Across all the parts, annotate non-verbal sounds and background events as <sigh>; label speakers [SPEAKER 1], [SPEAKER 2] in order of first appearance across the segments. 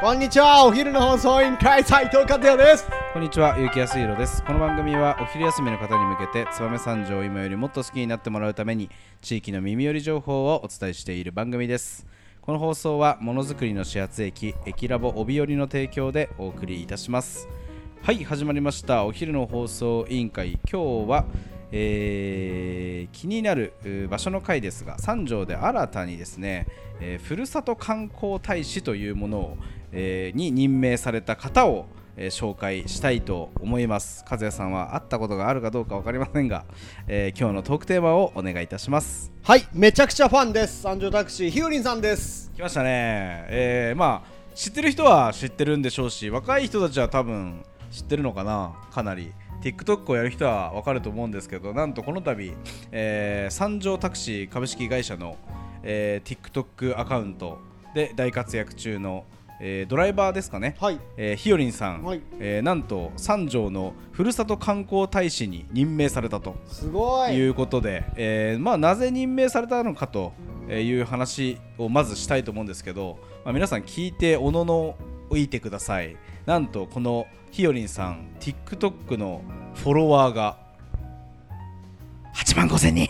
[SPEAKER 1] こんにちはお昼の放送委員会斉藤和也です
[SPEAKER 2] こんにちは、ゆうきやすいろです。この番組はお昼休みの方に向けて、燕三条を今よりもっと好きになってもらうために、地域の耳寄り情報をお伝えしている番組です。この放送は、ものづくりの始発駅、駅ラボ帯寄りの提供でお送りいたします。はい、始まりました。お昼の放送委員会、今日は、えー気になるうー場所の回ですが三条で新たにですね、えーふるさと観光大使というものを、えーに任命された方を、えー紹介したいと思います和也さんは会ったことがあるかどうか分かりませんが、えー今日のトークテーマをお願いいたします
[SPEAKER 1] はいめちゃくちゃファンです三条タクシーひよりんさんです
[SPEAKER 2] 来ましたねえーまあ知ってる人は知ってるんでしょうし若い人たちは多分知ってるのかなかなり TikTok をやる人は分かると思うんですけどなんとこの度、えー三条タクシー株式会社の、えー TikTok アカウントで大活躍中の、えードライバーですかね、
[SPEAKER 1] はい
[SPEAKER 2] えーひよりんさん、
[SPEAKER 1] はい
[SPEAKER 2] えーなんと三条のふるさと観光大使に任命されたと
[SPEAKER 1] すご
[SPEAKER 2] い
[SPEAKER 1] いう
[SPEAKER 2] ことで、えーまあ、なぜ任命されたのかという話をまずしたいと思うんですけど、まあ、皆さん聞いておののいてくださいなんとこのひよりんさん TikTok のフォロワーが8万5千人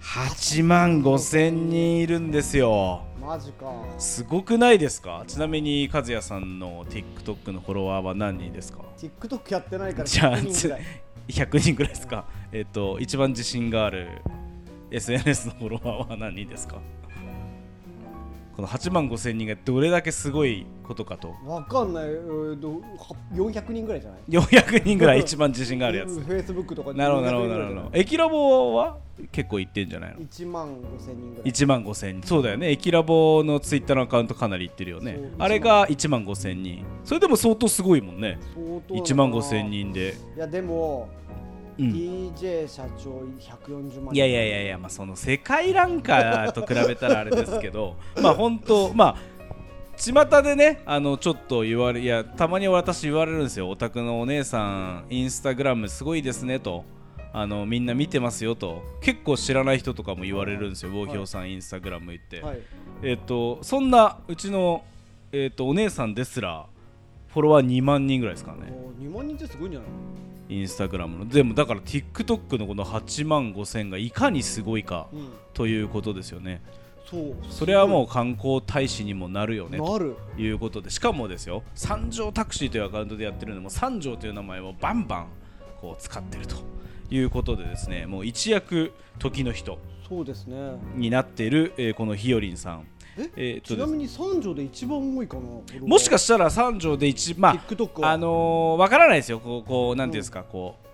[SPEAKER 2] 8万5千人いるんですよ
[SPEAKER 1] マジか
[SPEAKER 2] すごくないですかちなみに和也さんの TikTok のフォロワーは何人ですか
[SPEAKER 1] TikTok やってないから
[SPEAKER 2] じゃあ
[SPEAKER 1] 100人ぐらい
[SPEAKER 2] 100人ぐらいですかえっ、と一番自信がある SNS のフォロワーは何人ですかこの8万5千人がどれだけすごいことかと
[SPEAKER 1] わかんない、えー、どは400人ぐらいじゃない
[SPEAKER 2] 400人ぐらい一番自信があるや
[SPEAKER 1] う
[SPEAKER 2] つ
[SPEAKER 1] ん Facebook とかで
[SPEAKER 2] なるほどなるほどなるほど駅ラボは結構いってんじゃないの
[SPEAKER 1] 1万5千人ぐらい
[SPEAKER 2] 1万5千人そうだよね駅ラボのツイッターのアカウントかなりいってるよね
[SPEAKER 1] そう
[SPEAKER 2] あれが1万5千人それでも相当すごいもんね
[SPEAKER 1] 相当だな
[SPEAKER 2] 1万5千人で、
[SPEAKER 1] いやでも、
[SPEAKER 2] うん、
[SPEAKER 1] DJ 社長140万
[SPEAKER 2] いやいやいやいや、まあ、その世界ランカーと比べたらあれですけど <laughs> まあ本当まあ巷でねあのちょっと言われいやたまに私言われるんですよお宅のお姉さんインスタグラムすごいですねとあのみんな見てますよと結構知らない人とかも言われるんですよ、
[SPEAKER 1] はい
[SPEAKER 2] ウォーヒョウさんインスタグラム行って、
[SPEAKER 1] はい
[SPEAKER 2] えっ、とそんなうちの、えっとお姉さんですらフォロワー2万人ぐらいですからね
[SPEAKER 1] もう2万人ってすごいんじゃない
[SPEAKER 2] インスタグラムのでもだから TikTok のこの8万5千がいかにすごいか、
[SPEAKER 1] うん
[SPEAKER 2] ということですよね
[SPEAKER 1] そう
[SPEAKER 2] それはもう観光大使にもなるよねと
[SPEAKER 1] なる
[SPEAKER 2] いうことでしかもですよ三条タクシーというアカウントでやってるのでもう三条という名前をバンバンこう使ってるということでですねもう一躍時の人
[SPEAKER 1] そうですね
[SPEAKER 2] になっている、えーこのひよりんさん
[SPEAKER 1] え
[SPEAKER 2] えーっと
[SPEAKER 1] ち
[SPEAKER 2] で
[SPEAKER 1] な
[SPEAKER 2] す
[SPEAKER 1] みに三条で一番多いかな
[SPEAKER 2] もしか
[SPEAKER 1] し
[SPEAKER 2] したら三条で一まあ
[SPEAKER 1] TikTok は
[SPEAKER 2] あのーわからないですよ、こう、こうなんていうんですか、こう。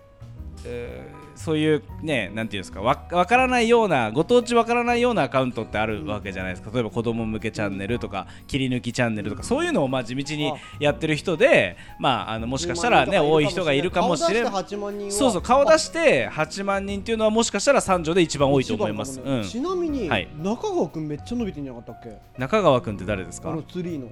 [SPEAKER 2] えーそういうね、なんていうんですか、わ、わからないような、ご当地わからないようなアカウントってあるわけじゃないですか。例えば、子供向けチャンネルとか、切り抜きチャンネルとか、そういうのを、まあ、地道に
[SPEAKER 1] あ
[SPEAKER 2] やってる人で。まあ、あの、もしかしたらね、多い人がいるかもしれない。
[SPEAKER 1] ない
[SPEAKER 2] そうそう、顔出して、8万人っていうのは、もしかしたら、三条で一番多いと思います。うん。
[SPEAKER 1] ちなみに
[SPEAKER 2] はい
[SPEAKER 1] 中川くんめっちゃ伸びてんじゃなかったっけ
[SPEAKER 2] 中川君って誰です
[SPEAKER 1] あ
[SPEAKER 2] か
[SPEAKER 1] の。ツリーの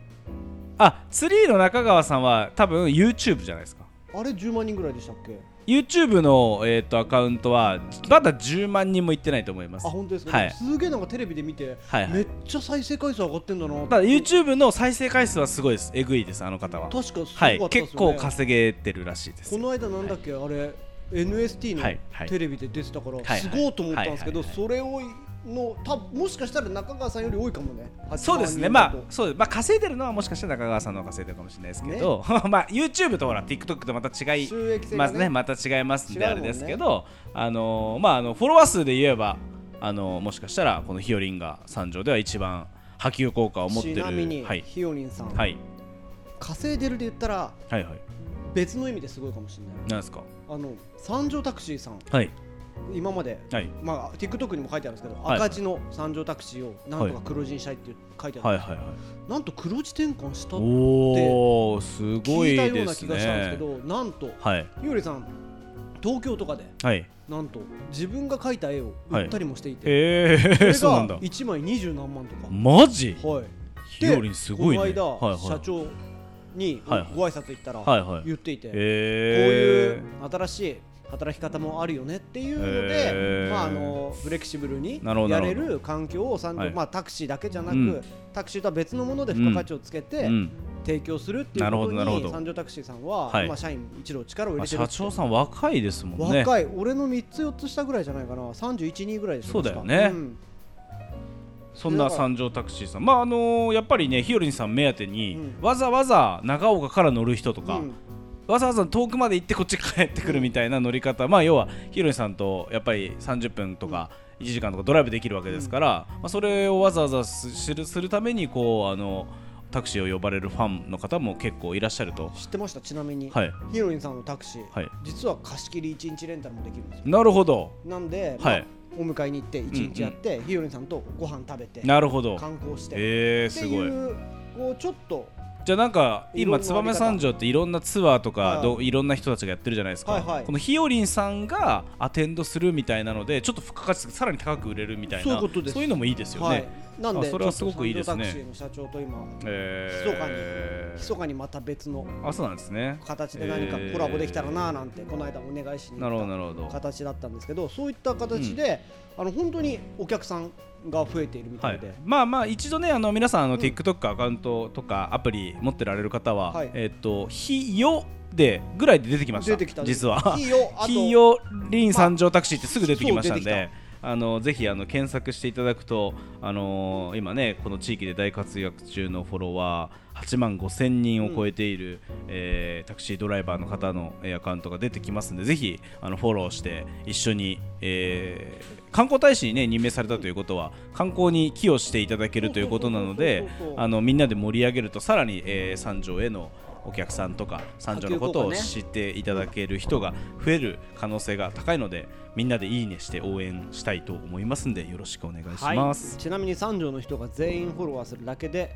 [SPEAKER 2] あ、ツリーの中川さんは、多分、YouTube じゃないですか。
[SPEAKER 1] あれ10万人ぐらいでしたっけ
[SPEAKER 2] YouTube の、えー、とアカウントはまだ10万人もいってないと思います
[SPEAKER 1] あ本当ですか、
[SPEAKER 2] はい
[SPEAKER 1] すげえなんかテレビで見て、
[SPEAKER 2] はいはい
[SPEAKER 1] めっちゃ再生回数上がってんだな
[SPEAKER 2] ただ YouTube の再生回数はすごいですえぐいですあの方は
[SPEAKER 1] 確かすごかった
[SPEAKER 2] は
[SPEAKER 1] っすよね、
[SPEAKER 2] い結構稼げてるらしいです
[SPEAKER 1] この間なんだっけ、あれ NST
[SPEAKER 2] はいは
[SPEAKER 1] の
[SPEAKER 2] い
[SPEAKER 1] テレビで出てたから、
[SPEAKER 2] いはい
[SPEAKER 1] すごいと思ったんですけど、
[SPEAKER 2] はいはい
[SPEAKER 1] それをのたもしかしたら中川さんより多いかもね
[SPEAKER 2] そうですね
[SPEAKER 1] 8
[SPEAKER 2] ま
[SPEAKER 1] 万
[SPEAKER 2] あ
[SPEAKER 1] 人だと
[SPEAKER 2] そうですまあ稼いでるのはもしかしたら中川さんの方が稼いでるかもしれないですけど、 <laughs> まあ YouTube とほら TikTok とまた違い
[SPEAKER 1] 収益性
[SPEAKER 2] ま
[SPEAKER 1] が
[SPEAKER 2] す
[SPEAKER 1] ね,、
[SPEAKER 2] ねまた違いますんで
[SPEAKER 1] 違う
[SPEAKER 2] あ
[SPEAKER 1] もんね
[SPEAKER 2] れですけど、あのーまああのフォロワー数で言えばあのーもしかしたらこのひよりんが三条では一番波及効果を持ってる
[SPEAKER 1] ちなみに、
[SPEAKER 2] はい
[SPEAKER 1] ひよりんさん、
[SPEAKER 2] はい
[SPEAKER 1] 稼いでるで言ったら
[SPEAKER 2] はいはい
[SPEAKER 1] 別の意味ですごいかもしれない
[SPEAKER 2] なんですか
[SPEAKER 1] あの三条タクシーさん
[SPEAKER 2] はい
[SPEAKER 1] 今まで、
[SPEAKER 2] はい
[SPEAKER 1] まあ、TikTok にも書いてあるんですけど、
[SPEAKER 2] はい
[SPEAKER 1] 赤字の三条タクシーをなんとか黒字にしたいって書いてある、
[SPEAKER 2] はいはいはい
[SPEAKER 1] なんと黒字転換したって
[SPEAKER 2] おおすご
[SPEAKER 1] 聞
[SPEAKER 2] い
[SPEAKER 1] いたよう
[SPEAKER 2] で
[SPEAKER 1] な
[SPEAKER 2] す
[SPEAKER 1] 気がしたんですけ
[SPEAKER 2] ね
[SPEAKER 1] どなんと
[SPEAKER 2] はい
[SPEAKER 1] ひよりさん東京とかで
[SPEAKER 2] はい
[SPEAKER 1] なんと自分が描いた絵を売ったりもしていて、
[SPEAKER 2] え
[SPEAKER 1] それ
[SPEAKER 2] ー、
[SPEAKER 1] が
[SPEAKER 2] <laughs> そうなんだ
[SPEAKER 1] 1枚二十何万とか、
[SPEAKER 2] マジ
[SPEAKER 1] はい
[SPEAKER 2] ひよりんすごいね
[SPEAKER 1] でこの間、
[SPEAKER 2] はいはい
[SPEAKER 1] 社長に
[SPEAKER 2] はいはい
[SPEAKER 1] ご挨拶行ったら、
[SPEAKER 2] はいはい
[SPEAKER 1] 言っていて、こうい
[SPEAKER 2] え
[SPEAKER 1] う新しい働き方もあるよねっていうので、
[SPEAKER 2] へー
[SPEAKER 1] まあ、あのフレキシブルに
[SPEAKER 2] なるほど
[SPEAKER 1] やれ
[SPEAKER 2] なる
[SPEAKER 1] る環境を産業
[SPEAKER 2] はい
[SPEAKER 1] まあ、タクシーだけじゃなく、
[SPEAKER 2] うん
[SPEAKER 1] タクシーとは別のもので付加価値をつけて
[SPEAKER 2] うん
[SPEAKER 1] 提供するっていう
[SPEAKER 2] なるほ
[SPEAKER 1] こ
[SPEAKER 2] ど
[SPEAKER 1] と
[SPEAKER 2] なるほ
[SPEAKER 1] に
[SPEAKER 2] ど
[SPEAKER 1] 三条タクシーさんは、
[SPEAKER 2] はい
[SPEAKER 1] まあ、社員一同力を入
[SPEAKER 2] あ
[SPEAKER 1] れてるっ
[SPEAKER 2] 社
[SPEAKER 1] て
[SPEAKER 2] 長さん若いですもんね
[SPEAKER 1] 若い、俺の3つ4つ下ぐらいじゃないかな312ぐらいでしょ
[SPEAKER 2] そうだよ
[SPEAKER 1] 確
[SPEAKER 2] ね
[SPEAKER 1] かうん
[SPEAKER 2] そんな三条タクシーさんまああのーやっぱりねひよりんさん目当てに、
[SPEAKER 1] う
[SPEAKER 2] わざわざ長岡から乗る人とか、
[SPEAKER 1] うん
[SPEAKER 2] わざわざ遠くまで行ってこっち帰ってくるみたいな乗り方、まあ要はヒロイさんとやっぱり30分とか1時間とかドライブできるわけですから、まあ、それをわざわざすするするためにこうあのタクシーを呼ばれるファンの方も結構いらっしゃると
[SPEAKER 1] 知ってましたちなみに、
[SPEAKER 2] はい
[SPEAKER 1] ヒロインさんのタクシー、
[SPEAKER 2] はい
[SPEAKER 1] 実は貸し切り1日レンタルもできるんですよ
[SPEAKER 2] なるほど
[SPEAKER 1] なんで、
[SPEAKER 2] はい
[SPEAKER 1] まあお迎えに行って1日やって、ヒロインさんとご飯食べて
[SPEAKER 2] なるほど
[SPEAKER 1] 観光して、
[SPEAKER 2] えー、
[SPEAKER 1] って
[SPEAKER 2] すごい
[SPEAKER 1] いうこうちょっと
[SPEAKER 2] じゃあなんか
[SPEAKER 1] いろ
[SPEAKER 2] 今
[SPEAKER 1] んな
[SPEAKER 2] 燕三条っていろんなツアーとか
[SPEAKER 1] はい
[SPEAKER 2] どいろんな人たちがやってるじゃないですか、
[SPEAKER 1] はいはい
[SPEAKER 2] このひよりんさんがアテンドするみたいなのでちょっと付加価値さらに高く売れるみたいな
[SPEAKER 1] そういうことです
[SPEAKER 2] そういうのもいいですよね、
[SPEAKER 1] はいなんで
[SPEAKER 2] あそれはすごくいいですね
[SPEAKER 1] ちょっと三条タクシーの社長と今
[SPEAKER 2] えー
[SPEAKER 1] 密かにまた別の
[SPEAKER 2] あそうなんですね
[SPEAKER 1] 形で何かコラボできたらなーなんて、この間お願いしに
[SPEAKER 2] なるほどな
[SPEAKER 1] 行っ
[SPEAKER 2] るほど
[SPEAKER 1] た形だったんですけどそういった形で、あの本当にお客さんが増えているみた
[SPEAKER 2] はいい
[SPEAKER 1] で、、
[SPEAKER 2] まあまあ一度ねあの皆さんあの、
[SPEAKER 1] うん
[SPEAKER 2] TikTok アカウントとかアプリ持ってられる方は、
[SPEAKER 1] はい
[SPEAKER 2] えっ、と「ひよ」でぐらいで出てきました
[SPEAKER 1] 出てきた
[SPEAKER 2] 実は
[SPEAKER 1] ひよ
[SPEAKER 2] 「
[SPEAKER 1] あと
[SPEAKER 2] ひよりん三条タクシー」ってすぐ出てきましたん
[SPEAKER 1] そう出
[SPEAKER 2] で。あのぜひあの検索していただくと、あのー今ねこの地域で大活躍中のフォロワー8万5千人を超えている、えータクシードライバーの方の、えーアカウントが出てきますんでぜひあのフォローして一緒に、えー観光大使に、ね、任命されたということは観光に寄与していただけるということなので
[SPEAKER 1] そうそうそうそうそう
[SPEAKER 2] あのみんなで盛り上げるとさらに、えー三条へのお客さんとか三条のことを
[SPEAKER 1] 波及効果ね
[SPEAKER 2] 知っていただける人が増える可能性が高いのでみんなでいいねして応援したいと思いますんでよろしくお願いします。
[SPEAKER 1] ちなみに三条の人が全員フォロワーするだけで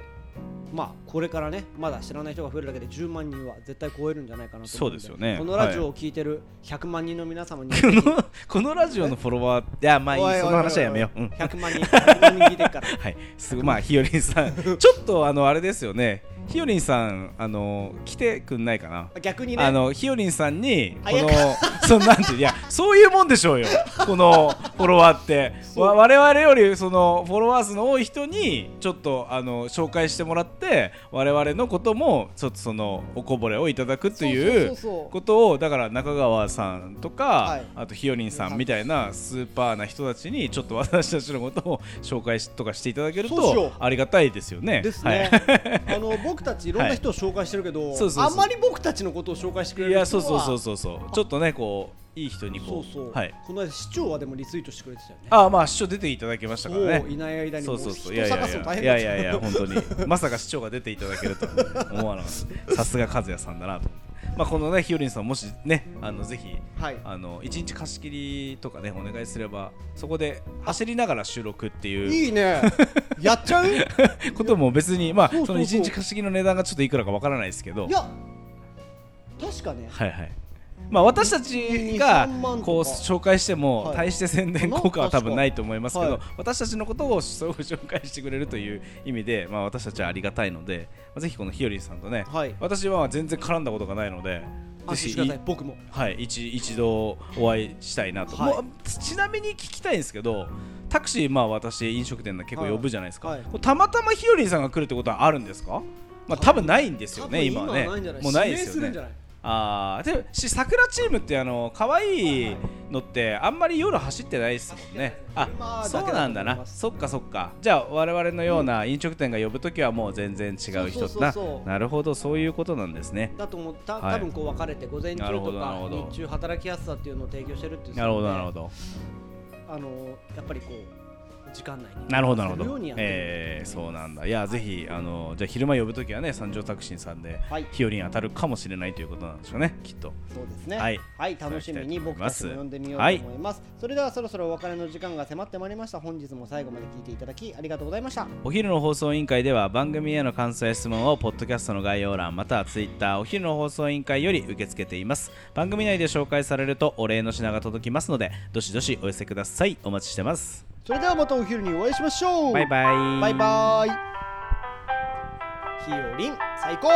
[SPEAKER 1] まあこれからねまだ知らない人が増えるだけで10万人は絶対超えるんじゃないかなと思ん
[SPEAKER 2] そうですよね
[SPEAKER 1] このラジオを聞いてる100万人の皆様に、
[SPEAKER 2] <laughs> この <laughs> このラジオのフォロワーいやまあい
[SPEAKER 1] おいおいおいおい
[SPEAKER 2] いその話はやめよう。うん
[SPEAKER 1] 100万人100万人聞いてるから <laughs>
[SPEAKER 2] はい、すごいまあひよりんさんちょっとあのあれですよねひよりんさんあの来てくんないかな
[SPEAKER 1] 逆にね
[SPEAKER 2] あのひよりんさんに
[SPEAKER 1] あ
[SPEAKER 2] このそのなんていやそういうもんでしょうよこのフォロワーって
[SPEAKER 1] そう
[SPEAKER 2] わ我々よりそのフォロワー数の多い人にちょっとあの紹介してもらって我々のこともちょっとそのおこぼれをいただくとい
[SPEAKER 1] そう
[SPEAKER 2] う
[SPEAKER 1] そうそうそう
[SPEAKER 2] ことをだから中川さんとか、
[SPEAKER 1] はい
[SPEAKER 2] あとひよりんさんみたいなスーパーな人たちにちょっと私たちのことを紹介しとかしていただける
[SPEAKER 1] そうしよ
[SPEAKER 2] と
[SPEAKER 1] う
[SPEAKER 2] ありがたいですよね。
[SPEAKER 1] です
[SPEAKER 2] はい
[SPEAKER 1] ね、あの僕たちいろんな人を紹介してるけど、
[SPEAKER 2] いそうそうそう
[SPEAKER 1] あんまり僕たちのことを紹介してくれ
[SPEAKER 2] い
[SPEAKER 1] る人は
[SPEAKER 2] やそうそうそうそうそうちょっとねこういい人に
[SPEAKER 1] そ
[SPEAKER 2] こ
[SPEAKER 1] う
[SPEAKER 2] う
[SPEAKER 1] そう
[SPEAKER 2] はい
[SPEAKER 1] この間市長はでもリツイートしてくれてたよね
[SPEAKER 2] ああまあ市長出ていただきましたから
[SPEAKER 1] そうい
[SPEAKER 2] ね
[SPEAKER 1] ない間に
[SPEAKER 2] そ
[SPEAKER 1] も
[SPEAKER 2] う
[SPEAKER 1] う
[SPEAKER 2] そ
[SPEAKER 1] 人
[SPEAKER 2] うそういやいや
[SPEAKER 1] 探
[SPEAKER 2] い
[SPEAKER 1] すの
[SPEAKER 2] や
[SPEAKER 1] 大
[SPEAKER 2] い
[SPEAKER 1] 変だ
[SPEAKER 2] や
[SPEAKER 1] っ
[SPEAKER 2] い
[SPEAKER 1] た
[SPEAKER 2] やいや本当にまさか市長が出ていただけるとは思わなかったさすが和也さんだなとまあこのねひよりんさんもしねあのぜひ
[SPEAKER 1] はい
[SPEAKER 2] あの一日貸し切りとかねお願いすればそこで走りながら収録っていう
[SPEAKER 1] いい
[SPEAKER 2] <laughs>
[SPEAKER 1] ねやっちゃうい
[SPEAKER 2] ことも別にまあ
[SPEAKER 1] そうそう
[SPEAKER 2] そ
[SPEAKER 1] そう
[SPEAKER 2] の一日貸し切りの値段がちょっといくらかわからないですけど
[SPEAKER 1] や確かね
[SPEAKER 2] はいはい。まあ私たちが
[SPEAKER 1] 2 3万とか
[SPEAKER 2] こう紹介しても
[SPEAKER 1] はい
[SPEAKER 2] 大して宣伝効果は多分ないと思いますけ
[SPEAKER 1] は
[SPEAKER 2] ど
[SPEAKER 1] い
[SPEAKER 2] 私たちのことをそう紹介してくれるという意味でまあ私たちはありがたいのでまあぜひこのひよりさんとね
[SPEAKER 1] はい
[SPEAKER 2] 私は全然絡んだことがないので
[SPEAKER 1] 安心
[SPEAKER 2] ぜひ
[SPEAKER 1] してください僕も
[SPEAKER 2] はい一一度お会いしたいなと
[SPEAKER 1] はい
[SPEAKER 2] もうちなみに聞きたいんですけどタクシーまあ私飲食店の結構呼ぶじゃないですか
[SPEAKER 1] はいはい
[SPEAKER 2] こうたまたまひよりさんが来るってことはあるんですかまあ多分ないんですよ
[SPEAKER 1] 多分
[SPEAKER 2] ね今はね
[SPEAKER 1] ないんじゃない
[SPEAKER 2] もうないですよ
[SPEAKER 1] 指名るん
[SPEAKER 2] ね
[SPEAKER 1] じゃない
[SPEAKER 2] あーでもし桜チームってあの可愛いのってあんまり夜走ってないですもんね
[SPEAKER 1] 走ってない
[SPEAKER 2] あ
[SPEAKER 1] です
[SPEAKER 2] そうなん
[SPEAKER 1] 車だけだと思
[SPEAKER 2] だ
[SPEAKER 1] い
[SPEAKER 2] な
[SPEAKER 1] ます
[SPEAKER 2] そっかそっかじゃあ我々のような飲食店が呼ぶときはもう全然違う人
[SPEAKER 1] そうそう
[SPEAKER 2] な
[SPEAKER 1] そうそう
[SPEAKER 2] なるほどそういうことなんですね
[SPEAKER 1] だと思った
[SPEAKER 2] はい
[SPEAKER 1] 多分こう分かれて午前中
[SPEAKER 2] なるほ
[SPEAKER 1] と
[SPEAKER 2] どなるほ
[SPEAKER 1] か
[SPEAKER 2] ど
[SPEAKER 1] 日中働きやすさっていうのを提供してるっていう
[SPEAKER 2] なるほどなるほ
[SPEAKER 1] ど
[SPEAKER 2] ど
[SPEAKER 1] あのやっぱりこう時間内に
[SPEAKER 2] なるほどなるほ
[SPEAKER 1] すよ
[SPEAKER 2] ど
[SPEAKER 1] うにやってる
[SPEAKER 2] えー、そうなんだいやぜひあのじゃあ昼間呼ぶときはね三条タクシーさんで
[SPEAKER 1] はい
[SPEAKER 2] 日和に当たるかもしれないということなんでしょうねきっと
[SPEAKER 1] そうですね。
[SPEAKER 2] は
[SPEAKER 1] はいい、楽しみに僕たちも読んでみようと思います。それではそろそろお別れの時間が迫ってまいりました。本日も最後まで聞いていただきありがとうございました。
[SPEAKER 2] お昼の放送委員会では番組への感想や質問をポッドキャストの概要欄またはツイッターお昼の放送委員会より受け付けています番組内で紹介されるとお礼の品が届きますのでどしどしお寄せくださいお待ちしてます
[SPEAKER 1] それではまたお昼にお会いしましょう。
[SPEAKER 2] バイバイ
[SPEAKER 1] バイバイ。ひよりん最高。